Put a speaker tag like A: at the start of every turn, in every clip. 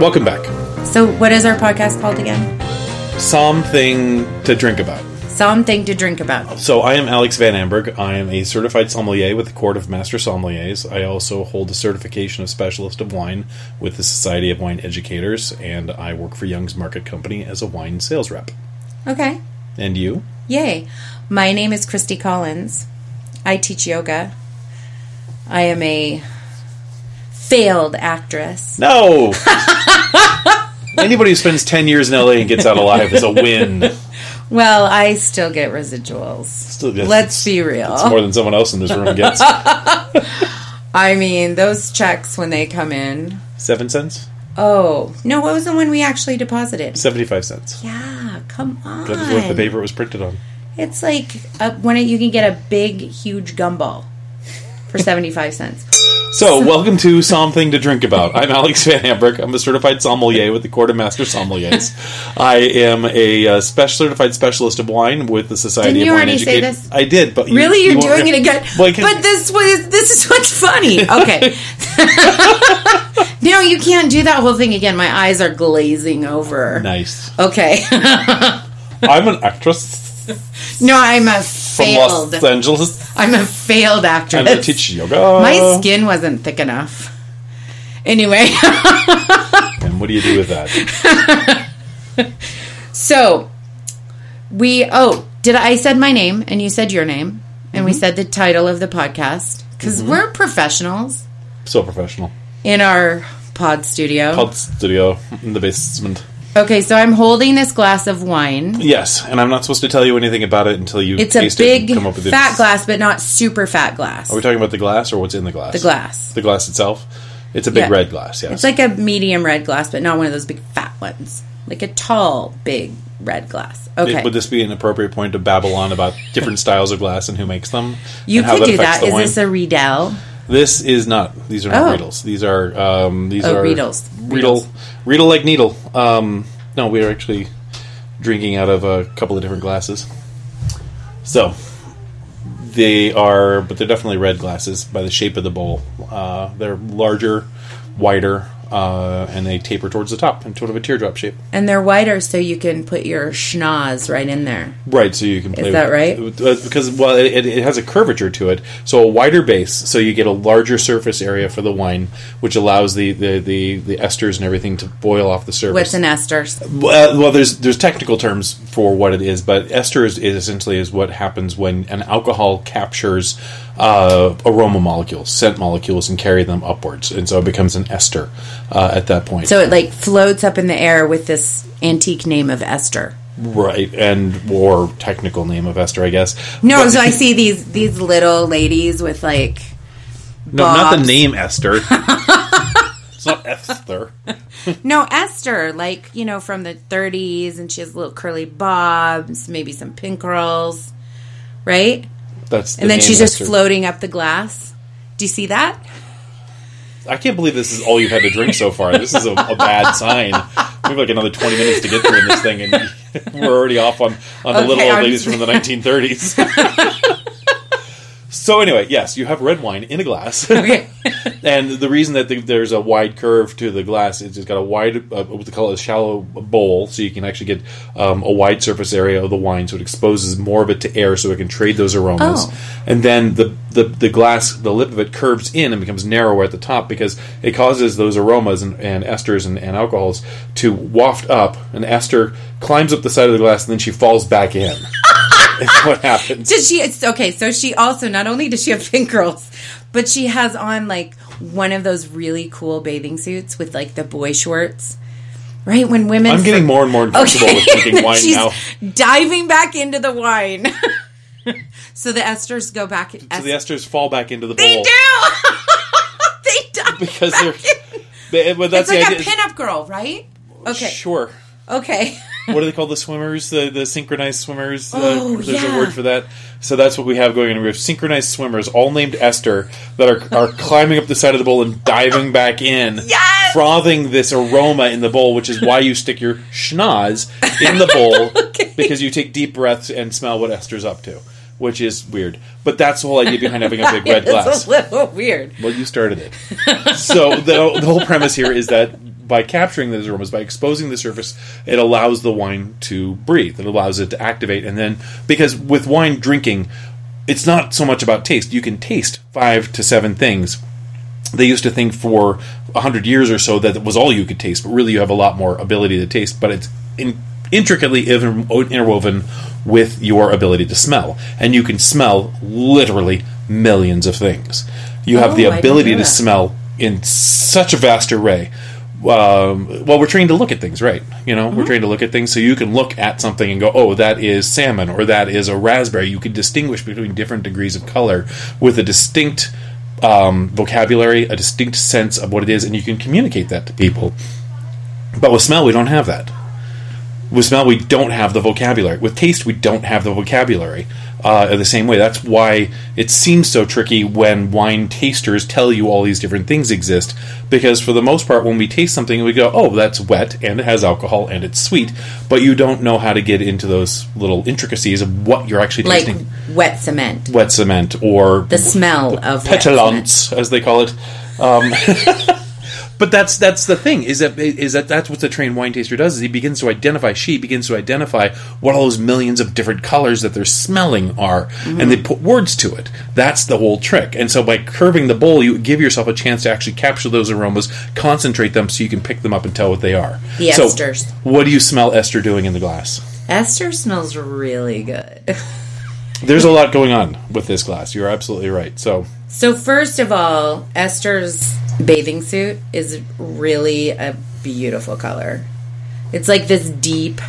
A: Welcome back.
B: So, what is our podcast called again?
A: Something to drink about.
B: Something to drink about.
A: So I am Alex Van Amberg. I am a certified sommelier with the Court of Master Sommeliers. I also hold a certification of Specialist of Wine with the Society of Wine Educators, and I work for Young's Market Company as a wine sales rep.
B: Okay.
A: And you?
B: Yay. My name is Christy Collins. I teach yoga. I am a failed actress.
A: No. Anybody who spends ten years in LA and gets out alive is a win.
B: Well, I still get residuals.
A: Still, that's-
B: Let's be
A: It's more
B: real.
A: than someone else in this room gets.
B: I mean, those checks when they come in.
A: Seven cents,
B: Oh, no, what was the one we actually deposited?
A: seventy-five cents.
B: Yeah, come on.
A: That is what the paper was printed on.
B: It's like a, when you can get a big, huge gumball for 75 cents.
A: So, welcome to Something to Drink About. I'm Alex Van Ambrick. I'm a certified sommelier with the Court of Master Sommeliers. I am a uh, special certified specialist of wine with the Society
B: Didn't
A: of
B: you
A: Wine
B: already say
A: Educators.
B: this?
A: I did, but you-
B: Really, you're
A: you won't-
B: doing it again?
A: Like,
B: but this was this is what's funny. Okay. no, you can't do that whole thing again. My eyes are glazing over.
A: nice.
B: Okay.
A: I'm an actress
B: no, I'm a
A: from
B: failed.
A: Los Angeles.
B: I'm a failed actress.
A: I'm a teach yoga.
B: My skin wasn't thick enough. Anyway,
A: And what do you do with that?
B: so we oh, did I, I said my name and you said your name and
A: Mm-hmm.
B: we said the title of the podcast because we're professionals
A: So professional.
B: in our pod studio.
A: Pod studio in the basement.
B: Okay, so I'm holding this glass of wine.
A: Yes, and I'm not supposed to tell you anything about it until you
B: It's
A: taste
B: a big
A: it and come up with
B: fat
A: it. Oh,
B: glass, but not super fat glass.
A: Are we talking about the glass or what's in the glass?
B: the glass.
A: The glass itself. It's a big
B: Yeah.
A: red glass. Yes.
B: It's like a medium red glass, but not one of those big fat ones. Like a tall, big red glass. Okay.
A: Would this be an appropriate point to babble on about different styles of glass and who makes them?
B: you
A: and how
B: could do
A: affects
B: that.
A: the
B: Is
A: wine?
B: this a Riedel?
A: This is not. These are not
B: Oh.
A: Riedels. These are um, these
B: Oh,
A: are
B: Riedels.
A: Riedel, Riedel like needle. Um, no, we are actually drinking out of a couple of different glasses. So they are, but they're definitely red glasses by the shape of the bowl. Uh, they're larger, wider, uh, and they taper towards the top in sort of a teardrop shape.
B: And they're wider, so you can put your schnoz right in there.
A: Right, so you can play.
B: that right?
A: with- uh, Because well, it, it- it has a curvature to it, so a wider base, so you get a larger surface area for the wine, which allows the the, the, the esters and everything to boil off the surface.
B: What's an esters?
A: Well, uh, well, there's there's technical terms for what it is, but ester is, is essentially is what happens when an alcohol captures uh, aroma molecules, scent molecules, and carry them upwards, and so it becomes an ester uh, at that point.
B: So it like floats up in the air with this antique name of Esther.
A: right, and or technical name of ester, I guess.
B: No,
A: But-
B: so I see these these little ladies with like
A: No, not the
B: Bob's.
A: name Esther. it's not Esther.
B: No, Esther, like, you know, from the 30s, and she has little curly bobs, maybe some pin curls, right?
A: That's the
B: and then
A: name
B: she's just
A: Esther.
B: floating up the glass. Do you see that?
A: I can't believe this is all you've had to drink so far. This is a, a bad sign. We have like another twenty minutes to get through in this thing, and we're already off on on the
B: Okay,
A: little old
B: I'm-
A: ladies from the nineteen thirties. so anyway, yes, you have red wine in a glass.
B: Okay.
A: And the reason that the, there's a wide curve to the glass is it's got a wide, uh, what they call a shallow bowl, so you can actually get um, a wide surface area of the wine, so it exposes more of it to air, so it can trade those aromas.
B: Oh.
A: And then the, the the glass, the lip of it curves in and becomes narrower at the top because it causes those aromas and, and esters and, and alcohols to waft up. An ester climbs up the side of the glass, and then she falls back in. That's what happens.
B: Does she, it's, okay, so she also, not only does she have pin curls, but she has on like one of those really cool bathing suits with like the boy shorts, right? When women.
A: I'm getting more and more uncomfortable with drinking wine
B: She's
A: now.
B: diving back into the wine. so the esters go back.
A: So the esters fall back into the bowl.
B: They do. they dive
A: because
B: back
A: they're.
B: in.
A: They, well,
B: It's
A: that's
B: like
A: the
B: a
A: idea.
B: pinup girl, right? Okay.
A: Sure.
B: Okay.
A: What do they call the swimmers? The the synchronized swimmers. uh,
B: Oh,
A: there's
B: yeah.
A: a word for that. So that's what we have going on. We have synchronized swimmers, all named Esther, that are are climbing up the side of the bowl and diving back in,
B: Yes!
A: frothing this aroma in the bowl, which is why you stick your schnoz in the bowl because you take deep breaths and smell what Esther's up to, which is weird. But that's the whole idea behind having a big red glass.
B: it's a little weird.
A: Well, you started it. so the, the whole premise here is that by capturing those aromas, by exposing the surface, it allows the wine to breathe. It allows it to activate, and then because with wine drinking, it's not so much about taste. You can taste five to seven things. They used to think for a hundred years or so that it was all you could taste, but really you have a lot more ability to taste. But it's in, intricately inter- interwoven with your ability to smell, and you can smell literally millions of things. You have
B: Oh, I
A: the
B: didn't
A: ability
B: know
A: to
B: that.
A: smell in such a vast array. Um, well, we're trained to look at things, right? You know,
B: Mm-hmm.
A: we're trained to look at things, so you can look at something and go, "Oh, that is salmon," or "That is a raspberry." You can distinguish between different degrees of color with a distinct um, vocabulary, a distinct sense of what it is, and you can communicate that to people. But with smell, we don't have that. With smell, we don't have the vocabulary. With taste, we don't have the vocabulary. Uh, the same way, that's why it seems so tricky when wine tasters tell you all these different things exist. Because for the most part, when we taste something, we go, "Oh, that's wet, and it has alcohol, and it's sweet," but you don't know how to get into those little intricacies of what you're actually
B: like
A: tasting.
B: wet cement.
A: Wet cement or
B: The smell of wet cement.
A: petulance, as they call it. Um, but that's that's the thing is that is that that's what the trained wine taster does is he begins to identify she begins to identify what all those millions of different colors that they're smelling are and they put words to it that's the whole trick and so by curving the bowl you give yourself a chance to actually capture those aromas concentrate them so you can pick them up and tell what they are
B: The
A: so
B: esters.
A: what do you smell Esther doing in the glass
B: Esther smells really good.
A: there's a lot going on with this glass you're absolutely right so
B: So first of all, Esther's bathing suit is really a beautiful color. It's like this deep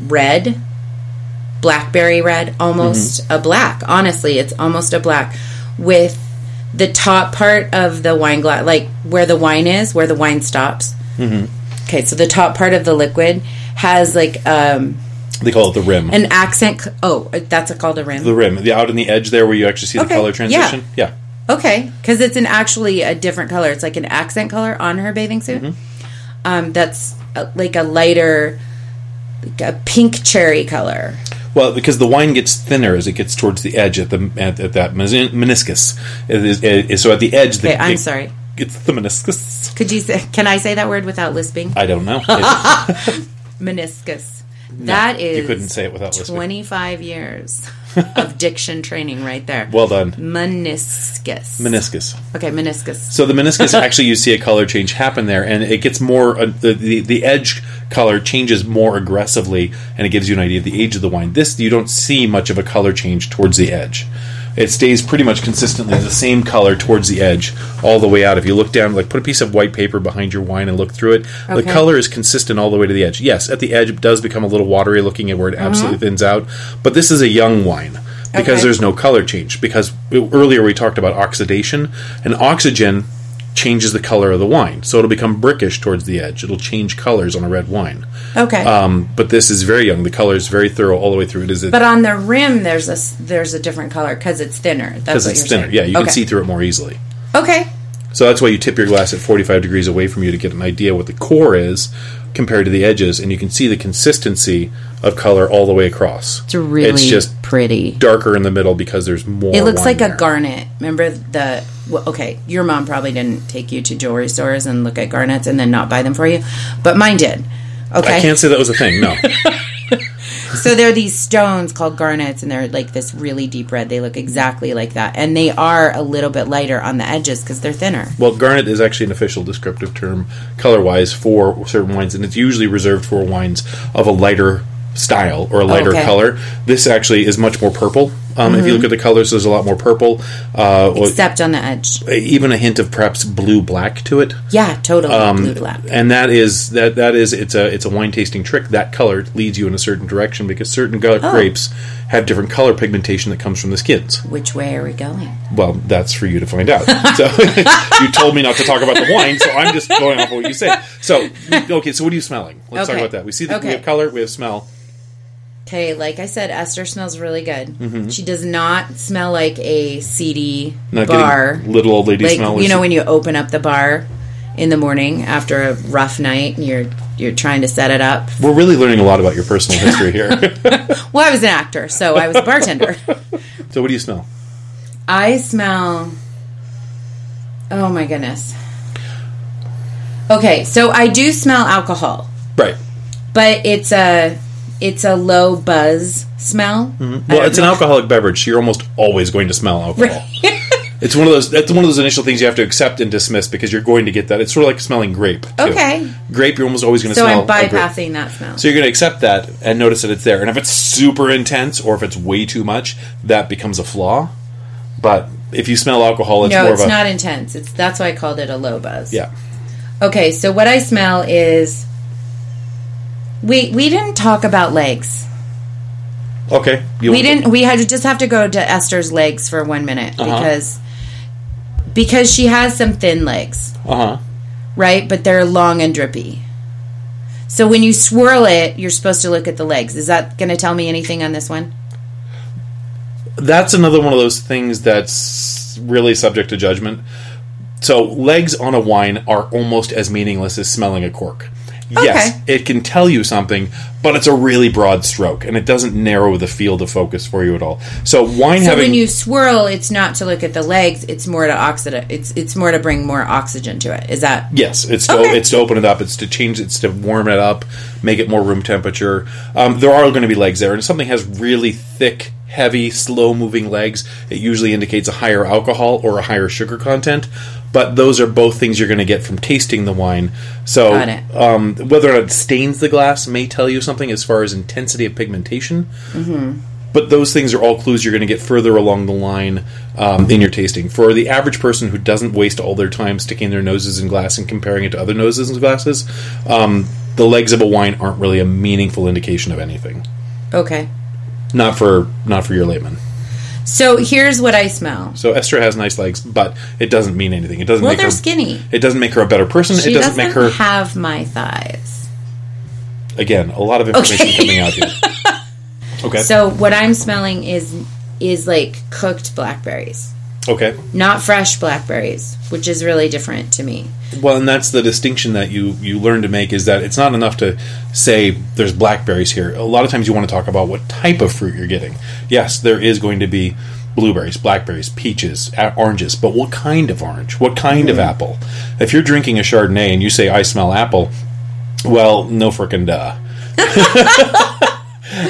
B: red, blackberry red, almost a black. Honestly, it's almost a black with the top part of the wine glass, like where the wine is, where the wine stops. Mm-hmm. Okay, so the top part of the liquid has like um,
A: they call it the rim
B: an accent. c- Oh, that's called a rim.
A: the rim, the out on the edge there where you actually see the
B: Okay,
A: color
B: yeah.
A: transition. Yeah.
B: Okay, because it's an actually a different color. It's like an accent color on her bathing suit.
A: Mm-hmm.
B: Um, that's uh like a lighter, like a pink cherry color.
A: Well, because the wine gets thinner as it gets towards the edge at the at, at that menis- meniscus. It is, it is- so at the edge, the,
B: Okay, I'm
A: it-
B: sorry.
A: It's the meniscus.
B: Could you say? Can I say that word without lisping?
A: I don't know. It-
B: Meniscus. that is.
A: couldn't say it without lisping.
B: Twenty-five years of diction training, right there.
A: well done,
B: meniscus.
A: meniscus.
B: okay, meniscus.
A: So the meniscus actually, you see a color change happen there, and it gets more uh, the, the the edge color changes more aggressively, and it gives you an idea of the age of the wine. This you don't see much of a color change towards the edge. It stays pretty much consistently the same color towards the edge all the way out. If you look down, like put a piece of white paper behind your wine and look through it, the
B: Okay.
A: color is consistent all the way to the edge. Yes, at the edge it does become a little watery looking at where it absolutely thins out, but this is a young wine because
B: Okay.
A: there's there's no color change because earlier we talked about oxidation and oxygen changes the color of the wine so it'll become brickish towards the edge it'll change colors on a red wine
B: Okay.
A: um, but this is very young the color is very thorough all the way through it is
B: but on the rim, there's a s- there's a different color because it's thinner. That's
A: because
B: what
A: it's
B: you're
A: thinner
B: saying.
A: yeah you
B: Okay.
A: can see through it more easily
B: Okay.
A: so that's why you tip your glass at 45 degrees away from you to get an idea what the core is compared to the edges and you can see the consistency of color all the way across
B: It's really
A: it's just
B: pretty.
A: darker in the middle because there's more
B: It looks
A: wine
B: like a
A: there.
B: garnet. Remember the well, okay, your mom probably didn't take you to jewelry stores and look at garnets and then not buy them for you, but mine did.
A: i
B: Okay.
A: can't say that was a thing no
B: So there are these stones called garnets and they're like this really deep red. They look exactly like that. And they are a little bit lighter on the edges cuz they're thinner.
A: Well, garnet is actually an official descriptive term, color-wise, for certain wines, and it's usually reserved for wines of a lighter style or a lighter
B: Okay.
A: color. This actually is much more purple. Um, If you look at the colors, there's a lot more purple, uh, or
B: Except on the edge.
A: even a hint of perhaps blue-black to it.
B: Yeah, totally
A: um,
B: blue black.
A: And that is that that is it's a it's a wine tasting trick. That color leads you in a certain direction because certain gu- grapes have different color pigmentation that comes from the skins.
B: Which way are we going?
A: Well, that's for you to find out. So you told me not to talk about the wine, so I'm just going off what you said. So okay, so what are you smelling? Let's
B: Okay.
A: talk about that. We see that we
B: Okay.
A: have color, we have smell.
B: Okay, like I said, Esther smells really good.
A: Mm-hmm.
B: She does not smell like a seedy bar.
A: getting little old lady
B: like
A: smell.
B: you
A: which-
B: know when you open up the bar in the morning after a rough night and you're you're trying to set it up
A: we're really learning a lot about your personal history here.
B: well i was an actor so i was a bartender
A: so what do you smell?
B: i smell oh my goodness Okay, so I do smell alcohol,
A: Right.
B: but it's a it's a low buzz smell. I
A: Mm-hmm. Well,
B: don't
A: it's an alcoholic beverage, so you're almost always going to smell alcohol. It's one of those. That's one of those initial things you have to accept and dismiss because you're going to get that. It's sort of like smelling grape. too.
B: Okay.
A: Grape, you're almost always going to
B: so
A: smell.
B: I'm
A: a grape.
B: bypassing that smell.
A: So you're going to accept that and notice that it's there. And if it's super intense or if it's way too much, that becomes a flaw. But if you smell alcohol, it's
B: no,
A: more
B: it's
A: of a
B: not intense. It's that's why I called it a low buzz.
A: yeah.
B: Okay, so what I smell is we we didn't talk about legs.
A: Okay, you
B: We didn't. We had to just have to go to Esther's legs for one minute
A: Uh-huh.
B: because because she has some thin legs,
A: Uh huh.
B: right? But they're long and drippy. So when you swirl it, you're supposed to look at the legs. Is that going to tell me anything on this one?
A: That's another one of those things that's really subject to judgment. So legs on a wine are almost as meaningless as smelling a cork. Yes, it can tell you something, but it's a really broad stroke, and it doesn't narrow the field of focus for you at all. So wine
B: So
A: having
B: when you swirl, it's not to look at the legs. It's more to oxida. It's it's more to bring more oxygen to it. Is that
A: Yes, it's to,
B: Okay.
A: it's to open it up. It's to change. It's to warm it up, make it more room temperature. Um, there are going to be legs there, and if something has really thick, heavy, slow-moving legs, it usually indicates a higher alcohol or a higher sugar content. But those are both things you're going to get from tasting the wine. So
B: Got it.
A: um, whether or not it stains the glass may tell you something as far as intensity of pigmentation.
B: Mm-hmm.
A: But those things are all clues you're going to get further along the line um, in your tasting. For the average person who doesn't waste all their time sticking their noses in glass and comparing it to other noses and glasses, um, the legs of a wine aren't really a meaningful indication of anything.
B: okay?
A: Not for not for your layman.
B: So here's what I smell.
A: So Esther has nice legs, but it doesn't mean anything. It doesn't
B: Well,
A: make
B: they're
A: her
B: skinny.
A: It doesn't make her a better person.
B: She
A: it doesn't,
B: doesn't,
A: make her
B: have my thighs.
A: again a lot of information coming out here. Okay.
B: So what I'm smelling is is like cooked blackberries,
A: okay.
B: not fresh blackberries, which is really different to me.
A: Well, and that's the distinction that you you learn to make is that it's not enough to say there's blackberries here. A lot of times you want to talk about what type of fruit you're getting. Yes, there is going to be blueberries, blackberries, peaches, a- oranges, but what kind of orange? What kind of apple? If you're drinking a Chardonnay and you say I smell apple, well, no frickin' duh.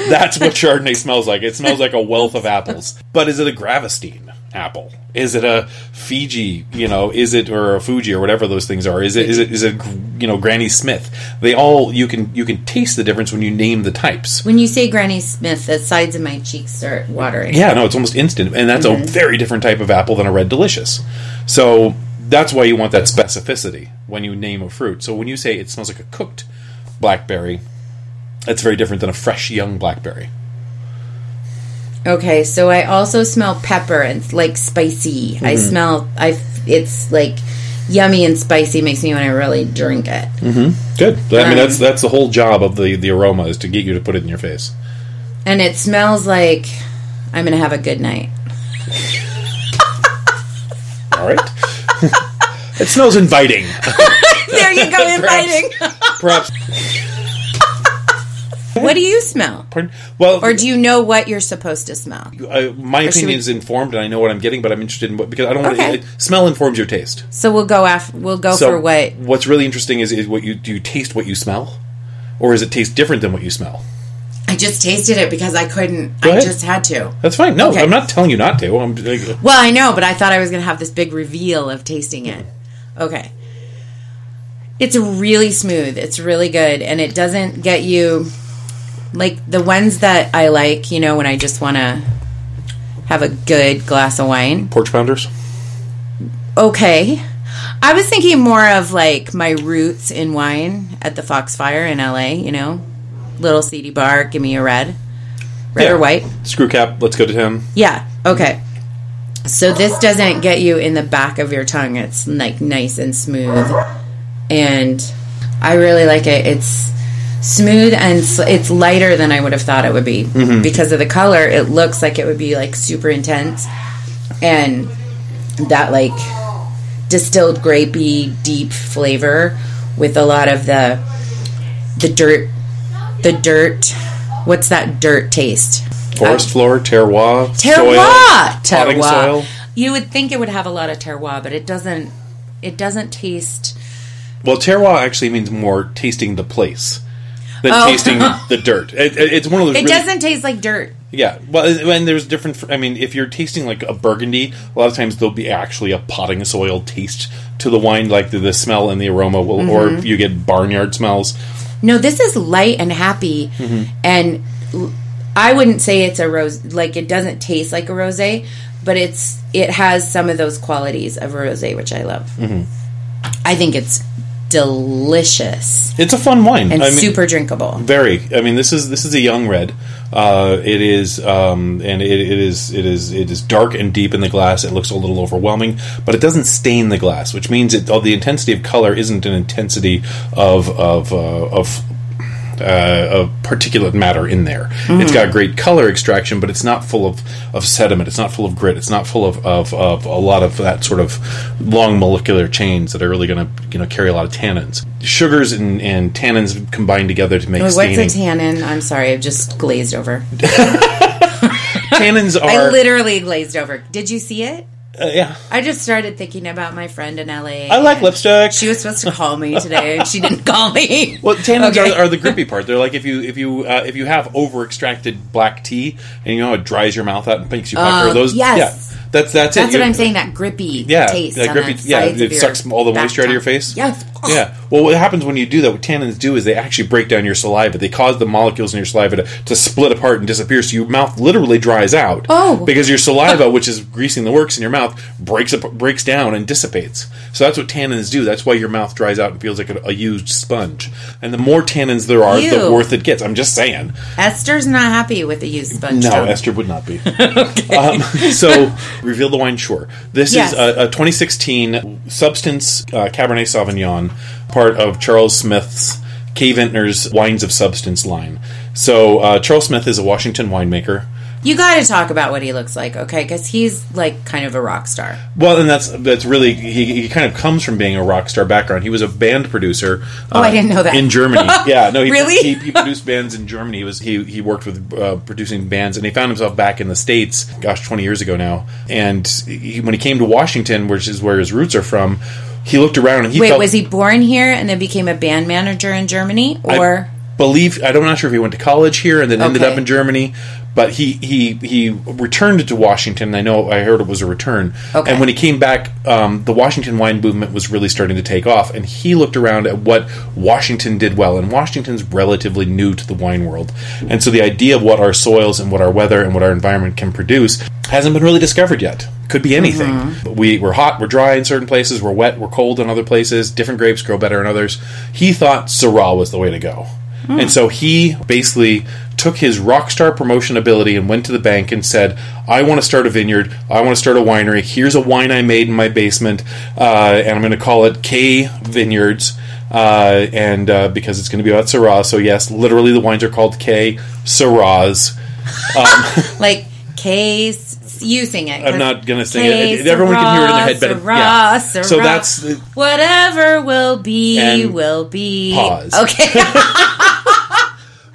A: That's what Chardonnay smells like. It smells like a wealth of apples. But is it a Gravestein apple? Is it a Fiji? You know, is it or a Fuji or whatever those things are? Is it is it is it you know Granny Smith? They all you can you can taste the difference when you name the types.
B: When you say Granny Smith, the sides of my cheeks start watering.
A: Yeah, no, it's almost instant, and that's a very different type of apple than a red delicious. So that's why you want that specificity when you name a fruit. So when you say it smells like a cooked blackberry, that's very different than a fresh young blackberry.
B: Okay, so I also smell pepper and it's like spicy. I
A: Mm-hmm.
B: smell I it's like yummy and spicy makes me want to really drink it.
A: Mm. Good. I mean, that's that's the whole job of the the aroma is to get you to put it in your face.
B: And it smells like I'm going to have a good night.
A: All right. it smells inviting.
B: there you go inviting.
A: Perhaps.
B: what do you smell?
A: Pardon? Well,
B: Or do you know what you're supposed to smell?
A: uh, my
B: should
A: opinion
B: we-
A: is informed, and I know what I'm getting, but I'm interested in what because I don't want
B: Okay.
A: to. Smell informs your taste.
B: So we'll go after we'll go
A: So
B: for what
A: What's really interesting is, is what you do. You taste what you smell, or is it taste different than what you smell?
B: I just tasted it because I couldn't.
A: Go
B: I
A: ahead.
B: just had to.
A: That's fine. No,
B: Okay.
A: I'm not telling you not to. I'm uh, like,
B: Well, I know, but I thought I was going to have this big reveal of tasting it. Okay. It's really smooth. It's really good. And it doesn't get you like the ones that I like, you know, when I just want to have a good glass of wine.
A: porch pounders.
B: Okay. I was thinking more of like my roots in wine at the Foxfire in LA, you know, little seedy bar, give me a red, red
A: Yeah.
B: or white.
A: Screw cap. Let's go to him.
B: Yeah. Okay. So this doesn't get you in the back of your tongue. It's like nice and smooth, and I really like it. It's smooth and s- it's lighter than I would have thought it would be because of the color. It looks like it would be like super intense, and that like distilled grapey deep flavor with a lot of the the dirt the dirt. What's that dirt taste?
A: Forest floor, terroir,
B: Uh, terroir.
A: soil, potting
B: terroir.
A: soil.
B: You would think it would have a lot of terroir, but it doesn't. It doesn't taste
A: Well, terroir actually means more tasting the place than
B: Oh.
A: tasting the dirt. It, it- it's one of those.
B: It
A: really-
B: doesn't taste like dirt.
A: Yeah. Well, and there's different. fr- I mean, if you're tasting like a Burgundy, a lot of times there'll be actually a potting soil taste to the wine, like the, the smell and the aroma. Will, Or
B: Mm-hmm.
A: you get barnyard smells.
B: No, this is light and happy,
A: Mm-hmm.
B: and l- I wouldn't say it's a rose. Like it doesn't taste like a rosé, but it's it has some of those qualities of a rosé, which I love.
A: Mm-hmm.
B: I think it's delicious
A: It's a fun wine.
B: and
A: I mean,
B: super drinkable.
A: Very. I mean, this is this is a young red. Uh, it is, um, and it, it is, it is, it is dark and deep in the glass. It looks a little overwhelming, but it doesn't stain the glass, which means it. Oh, the intensity of color isn't an intensity of of uh, of. Uh, of particulate matter in there. It's got great color extraction, but it's not full of, of sediment. It's not full of grit. It's not full of, of, of a lot of that sort of long molecular chains that are really going to you know carry a lot of tannins. Sugars and, and tannins combine together to make
B: Wait, What's a
A: staining.
B: tannin? I'm sorry, I've just glazed over.
A: Tannins
B: I
A: are
B: literally glazed over. Did you see it?
A: uh, yeah.
B: I just started thinking about my friend in LA.
A: I like lipstick.
B: She was supposed to call me today, and she didn't call me.
A: well, tannins
B: Okay.
A: are, are the grippy part. They're like if you if you uh, if you have over extracted black tea and you know it dries your mouth out and makes you pucker.
B: Oh,
A: those
B: yes.
A: yeah, that's that's it.
B: That's
A: You-
B: what I'm saying. That grippy
A: Yeah,
B: taste.
A: that
B: on
A: grippy-
B: the
A: yeah,
B: sides
A: it
B: of your
A: sucks all the
B: back
A: moisture out of your
B: tongue.
A: face.
B: Yes.
A: Yeah. Well, what happens when you do that? What tannins do is they actually break down your saliva. They cause the molecules in your saliva to, to split apart and disappear. So your mouth literally dries out.
B: Oh.
A: Because your saliva, which is greasing the works in your mouth, breaks up, breaks down and dissipates. So that's what tannins do. That's why your mouth dries out and feels like a, a used sponge. And the more tannins there are, the
B: Ew.
A: worse it gets. I'm just saying.
B: Oh, Esther's not happy with the used sponge.
A: No,
B: tongue.
A: Esther would not be. um, so, reveal the wine. Sure, this
B: Yes.
A: is a, a 2016 Substance uh, Cabernet Sauvignon, part of Charles Smith's K Vintner's Wines of Substance line. So, uh, Charles Smith is a Washington winemaker.
B: You got to talk about what he looks like, okay? Because he's like kind of a rock star.
A: Well, and that's that's really he, he kind of comes from being a rock star background. He was a band producer. uh,
B: Oh, I didn't know that.
A: in Germany. Yeah, no, he,
B: Really?
A: he, he produced bands in Germany. He was he he worked with uh, producing bands, and he found himself back in the states. Gosh, twenty years ago now. And he, when he came to Washington, which is where his roots are from, he looked around and he
B: Wait,
A: felt,
B: was he born here and then became a band manager in Germany, or
A: believe I'm not sure if he went to college here and then ended
B: Okay.
A: up in Germany, but he he he returned to Washington. I know I heard it was a return.
B: Okay.
A: And when he came back, um, the Washington wine movement was really starting to take off, and he looked around at what Washington did well, and Washington's relatively new to the wine world, and so the idea of what our soils and what our weather and what our environment can produce hasn't been really discovered yet. Could be anything. But we, we're hot, we're dry in certain places, we're wet, we're cold in other places, different grapes grow better in others. He thought Syrah was the way to go. And so he basically took his rock star promotion ability and went to the bank and said, I want to start a vineyard. I want to start a winery. Here's a wine I made in my basement, uh, and I'm going to call it K Vineyards. Uh, and uh, because it's going to be about Syrah, so yes, literally the wines are called K Syrahs.
B: like case? You sing it. 'cause
A: I'm not going to sing
B: K,
A: it. Everyone can hear it in their head, but
B: Syrah, Syrah,
A: yeah.
B: Syrah.
A: So that's the-
B: whatever will be
A: And
B: will be.
A: pause.
B: Okay,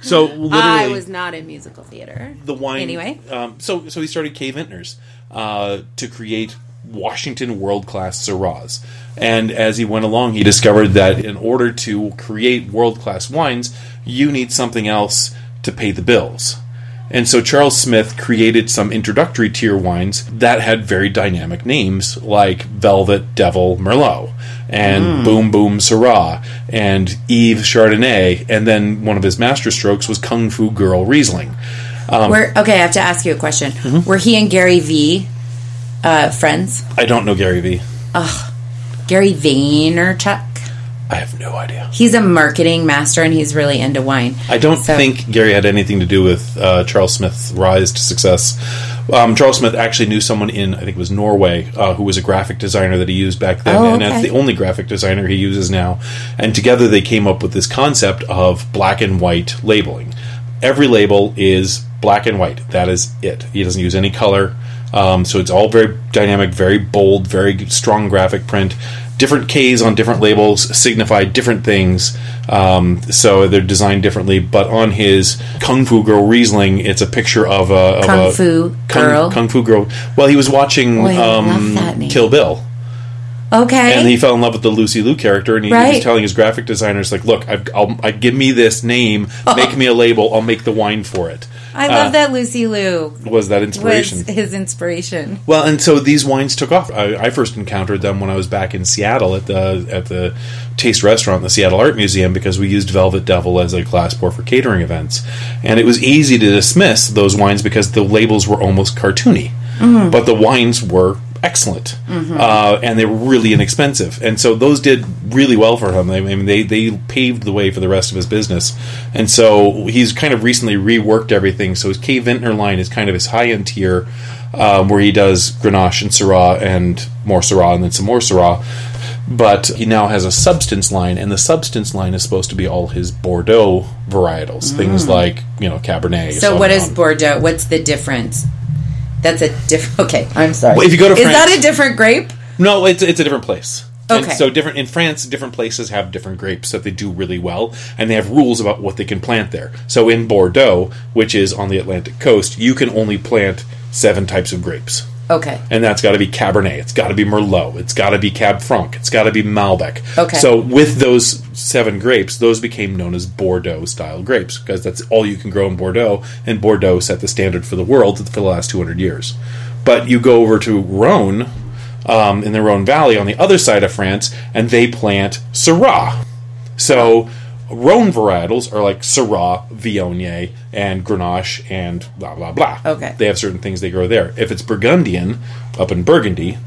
A: so literally
B: I was not in musical theater.
A: the wine
B: Anyway.
A: Um, so so he started K Vintners uh, to create Washington world class Syrahs. And as he went along, he discovered that in order to create world class wines, you need something else to pay the bills. And so Charles Smith created some introductory tier wines that had very dynamic names like Velvet Devil Merlot and Boom Boom Syrah and Eve Chardonnay. And then one of his masterstrokes was Kung Fu Girl Riesling.
B: Were, okay, I have to ask you a question.
A: Mm-hmm.
B: Were he and Gary V uh, friends?
A: I don't know Gary Vee.
B: Gary Vaynerchuk.
A: I have no idea.
B: He's a marketing master and he's really into wine.
A: I don't
B: So-
A: think Gary had anything to do with uh, Charles Smith's rise to success. Um, Charles Smith actually knew someone in, I think it was Norway, uh, who was a graphic designer that he used back then,
B: Oh,
A: and that's
B: okay.
A: the only graphic designer he uses now. And together they came up with this concept of black and white labeling. Every label is black and white. That is it. He doesn't use any color. Um, so it's all very dynamic, very bold, very strong graphic print. Different Ks on different labels signify different things, um, so they're designed differently. But on his Kung Fu Girl Riesling, it's a picture of a of
B: Kung
A: a-
B: Fu
A: Kung,
B: Girl?
A: Kung Fu Girl. Well, he was watching
B: I love
A: um,
B: that name.
A: Kill Bill.
B: Okay.
A: and he fell in love with the Lucy Liu character, and he, was
B: Right.
A: telling his graphic designers, like, "Look, I've, I'll, I give me this name, make me a label, I'll make the wine for it."
B: I love that Lucy Liu
A: Was that
B: was
A: uh, inspiration?
B: his inspiration.
A: Well, and so these wines took off. I, I first encountered them when I was back in Seattle at the at the Taste Restaurant, the Seattle Art Museum, because we used Velvet Devil as a glass pour for catering events, and it was easy to dismiss those wines because the labels were almost cartoony, but the wines were excellent, uh, and they were really inexpensive, and so those did really well for him. I mean, they they paved the way for the rest of his business, and so he's kind of recently reworked everything. So his K Vintner line is kind of his high end tier um, where he does Grenache and Syrah and more Syrah and then some more Syrah. But he now has a substance line, and the substance line is supposed to be all his Bordeaux varietals, things like you know Cabernet.
B: Mm. So, what is
A: Sauvignon.
B: Bordeaux? What's the difference? That's a different. Okay, I'm sorry.
A: Well, if you go to
B: is
A: France-
B: that a different grape?
A: No, it's it's a different place. And
B: Okay.
A: so different in France, different places have different grapes that they do really well, and they have rules about what they can plant there. So in Bordeaux, which is on the Atlantic coast, you can only plant seven types of grapes.
B: Okay.
A: and that's got to be Cabernet. It's got to be Merlot. It's got to be Cab Franc. It's got to be Malbec.
B: Okay.
A: So with those seven grapes, those became known as Bordeaux style grapes because that's all you can grow in Bordeaux, and Bordeaux set the standard for the world for the last 200 years. But you go over to Rhone, um, in the Rhone Valley on the other side of France, and they plant Syrah. So Rhone varietals are like Syrah, Viognier, and Grenache, and blah blah blah.
B: Okay.
A: they have certain things they grow there. If it's Burgundian up in Burgundy,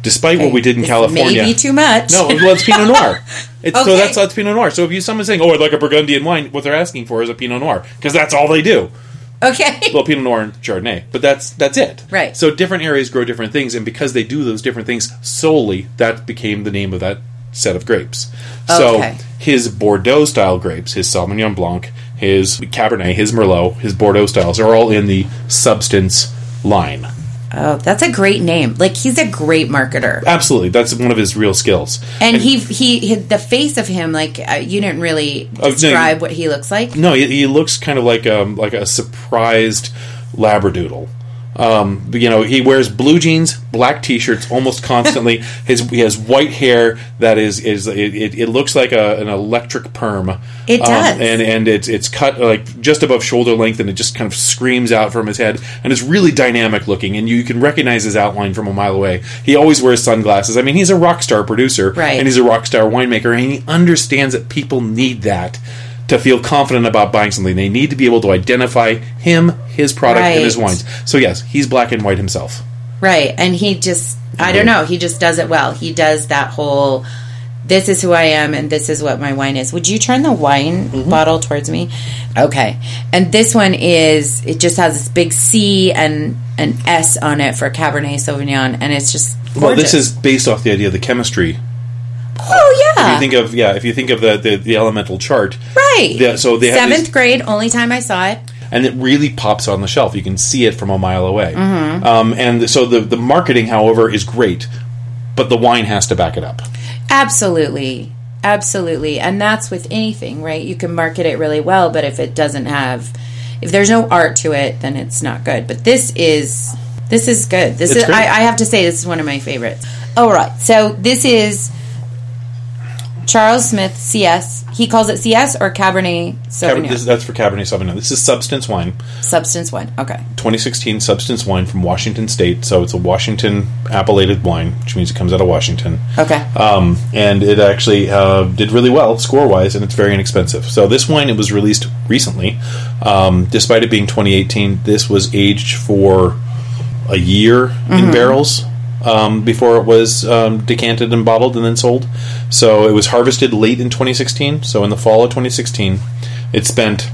A: despite what we did in
B: This
A: California,
B: Maybe too much.
A: no, well, it's Pinot Noir. It's, So
B: Okay.
A: that's that's Pinot Noir. So if you someone's saying, "Oh, I'd like a Burgundian wine," what they're asking for is a Pinot Noir because that's all they do
B: Okay.
A: well, Pinot Noir and Chardonnay, but that's that's it.
B: Right.
A: So different areas grow different things, and because they do those different things solely, that became the name of that set of grapes.
B: Okay.
A: So his Bordeaux style grapes, his Sauvignon Blanc, his Cabernet, his Merlot, his Bordeaux styles are all in the substance line.
B: oh, that's a great name. Like he's a great marketer.
A: Absolutely, that's one of his real skills.
B: And he, he he the face of him like uh, you didn't really
A: no,
B: describe what he looks like.
A: No, he, he looks kind of like um like a surprised labradoodle. Um, but, you know, he wears blue jeans, black t-shirts almost constantly. His he has white hair that is is it, it, it looks like a, an electric perm. Um,
B: It does.
A: and and it's it's cut like just above shoulder length, and it just kind of screams out from his head, and it's really dynamic looking, and you can recognize his outline from a mile away. He always wears sunglasses. I mean, he's a rock star producer,
B: Right.
A: And he's a rock star winemaker, and he understands that people need that to feel confident about buying something. They need to be able to identify him, his product, and his
B: Right.
A: wines. So yes, he's black and white himself.
B: Right. And he just, I don't know, he just does it well. He does that whole, this is who I am and this is what my wine is. Would you turn the wine
A: Mm-hmm.
B: bottle towards me? Okay. And this one is, it just has this big C and an S on it for Cabernet Sauvignon. And it's just, gorgeous.
A: Well, this is based off the idea of the chemistry.
B: oh,
A: If
B: yeah.
A: you think of yeah, if you think of the the, the elemental chart,
B: right.
A: Yeah, so they have
B: Seventh
A: these-
B: grade, only time I saw it.
A: and it really pops on the shelf. You can see it from a mile away. Um, and so the the marketing, however, is great, but the wine has to back it up.
B: Absolutely. Absolutely. And that's with anything, right? You can market it really well, but if it doesn't have if there's no art to it, then it's not good. But this is this is good. This
A: It's
B: is I,
A: great.
B: I have to say this is one of my favorites. All right. So this is Charles Smith CS. He calls it CS or Cabernet
A: Cab-
B: Sauvignon.
A: this- that's for Cabernet Sauvignon. This is substance wine.
B: Substance one. Okay.
A: 2016 substance wine from Washington State. So it's a Washington appellated wine, which means it comes out of Washington.
B: Okay.
A: Um, and it actually uh, did really well score wise, and it's very inexpensive. So this wine it was released recently. Um, despite it being 2018, this was aged for a year in barrels um, before it was um, decanted and bottled and then sold. So it was harvested late in 2016. So in the fall of 2016, it spent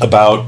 A: about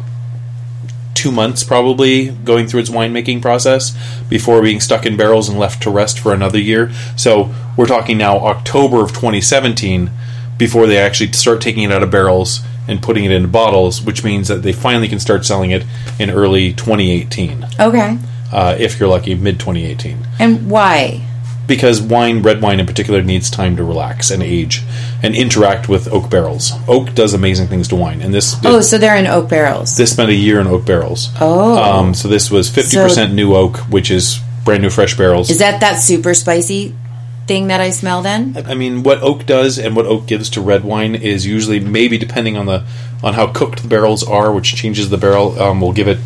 A: two months probably going through its winemaking process before being stuck in barrels and left to rest for another year. So we're talking now October of 2017 before they actually start taking it out of barrels and putting it into bottles, which means that they finally can start selling it in early 2018,
B: Okay.
A: uh, if you're lucky, mid 2018
B: And why?
A: because wine, red wine in particular, needs time to relax and age and interact with oak barrels. Oak does amazing things to wine, and this
B: Oh, so they're in oak barrels.
A: this spent a year in oak barrels.
B: Oh.
A: um, so this was fifty percent new oak, which is brand new fresh barrels.
B: Is that that super spicy thing that I smell then?
A: I mean, what oak does and what oak gives to red wine is usually maybe depending on the on how cooked the barrels are, which changes the barrel. Um, will give it.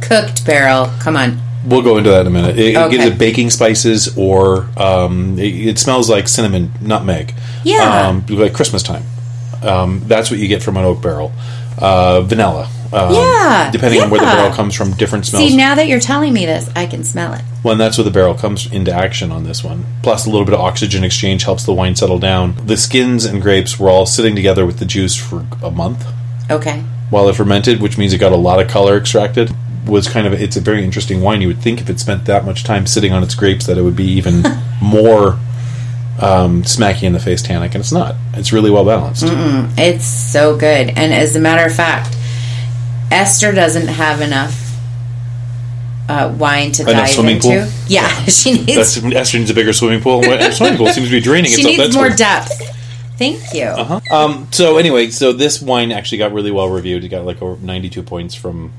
B: Cooked barrel. Come on.
A: We'll go into that in a minute. It, it gives
B: Okay.
A: it baking spices, or um, it, it smells like cinnamon, nutmeg.
B: Yeah.
A: um, like Christmas time. Um, that's what you get from an oak barrel. Uh, vanilla. Um,
B: Yeah,
A: depending on where the
B: yeah.
A: barrel comes from, different smells.
B: See, now that you're telling me this, I can smell it.
A: Well, and that's where the barrel comes into action on this one. Plus, a little bit of oxygen exchange helps the wine settle down. The skins and grapes were all sitting together with the juice for a month
B: Okay.
A: while it fermented, which means it got a lot of color extracted. Was kind of it's a very interesting wine. You would think if it spent that much time sitting on its grapes that it would be even more um, smacky in the face tannic, and it's not. It's really well balanced.
B: It's so good. And as a matter of fact, Esther doesn't have enough uh, wine to
A: Enough
B: dive
A: swimming
B: into.
A: pool?
B: Yeah, she
A: That's
B: needs
A: Esther needs a bigger swimming pool. Well, swimming pool seems to be draining.
B: she
A: itself.
B: needs
A: That's
B: more
A: what-
B: depth. Thank you.
A: Um, so anyway, so this wine actually got really well reviewed. It got like over 92 points from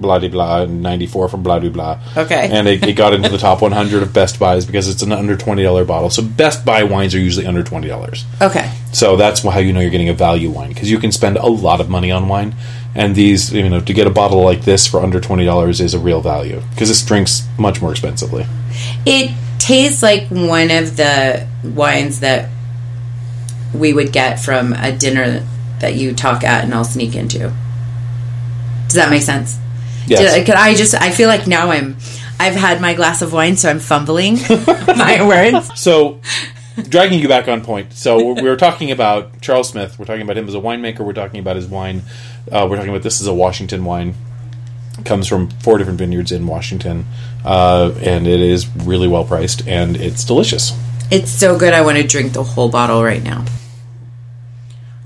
A: blah de blah and 94 from blah de blah.
B: Okay.
A: And it, it got into the top 100 of Best Buys because it's an under $20 bottle. So Best Buy wines are usually under $20.
B: Okay.
A: So that's how you know you're getting a value wine because you can spend a lot of money on wine. And these, you know, to get a bottle like this for under $20 is a real value because this drinks much more expensively.
B: It tastes like one of the wines that we would get from a dinner that you talk at and I'll sneak into. Does that make sense?
A: Yes.
B: Did- could I just I feel like now I'm I've had my glass of wine so I'm fumbling my words.
A: So, dragging you back on point. So we were talking about Charles Smith. We're talking about him as a winemaker. We're talking about his wine. Uh, we're talking about this is a Washington wine. Comes from four different vineyards in Washington, uh, and it is really well priced and it's delicious.
B: It's so good. I want to drink the whole bottle right now.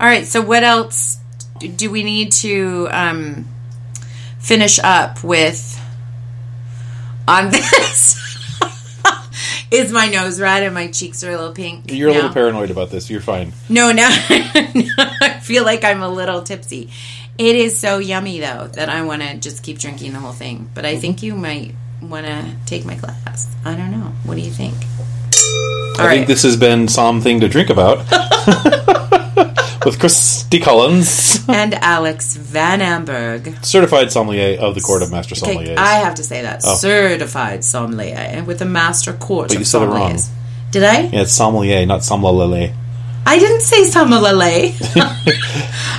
B: All right. So, what else do we need to um, finish up with on this? Is my nose red and my cheeks are a little pink?
A: You're a
B: No.
A: little paranoid about this. You're fine.
B: No, now I feel like I'm a little tipsy. It is so yummy though that I want to just keep drinking the whole thing. But I think you might want to take my glass. I don't know. What do you think? All
A: I
B: right.
A: think this has been something to drink about with Christy Collins,
B: and Alex Van Amberg.
A: certified sommelier of the Court of Master Sommeliers. Oh.
B: Okay, I have to say that certified sommelier and with a master court
A: you
B: of
A: said it wrong.
B: sommeliers. Did I?
A: yeah, it's sommelier, not sommelier.
B: I didn't say sommelier.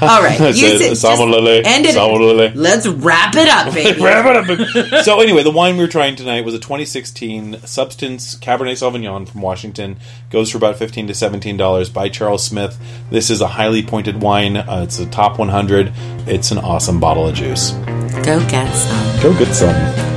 B: All right,
A: I said
B: said- just
A: sommelier,
B: End it.
A: sommelier.
B: Let's wrap it up, baby.
A: Wrap it up. so anyway, the wine we were trying tonight was a 2016 Substance Cabernet Sauvignon from Washington. Goes for about 15 to 17 dollars by Charles Smith. This is a highly pointed wine. Uh, it's a top 100. It's an awesome bottle of juice.
B: Go get some.
A: Go get some.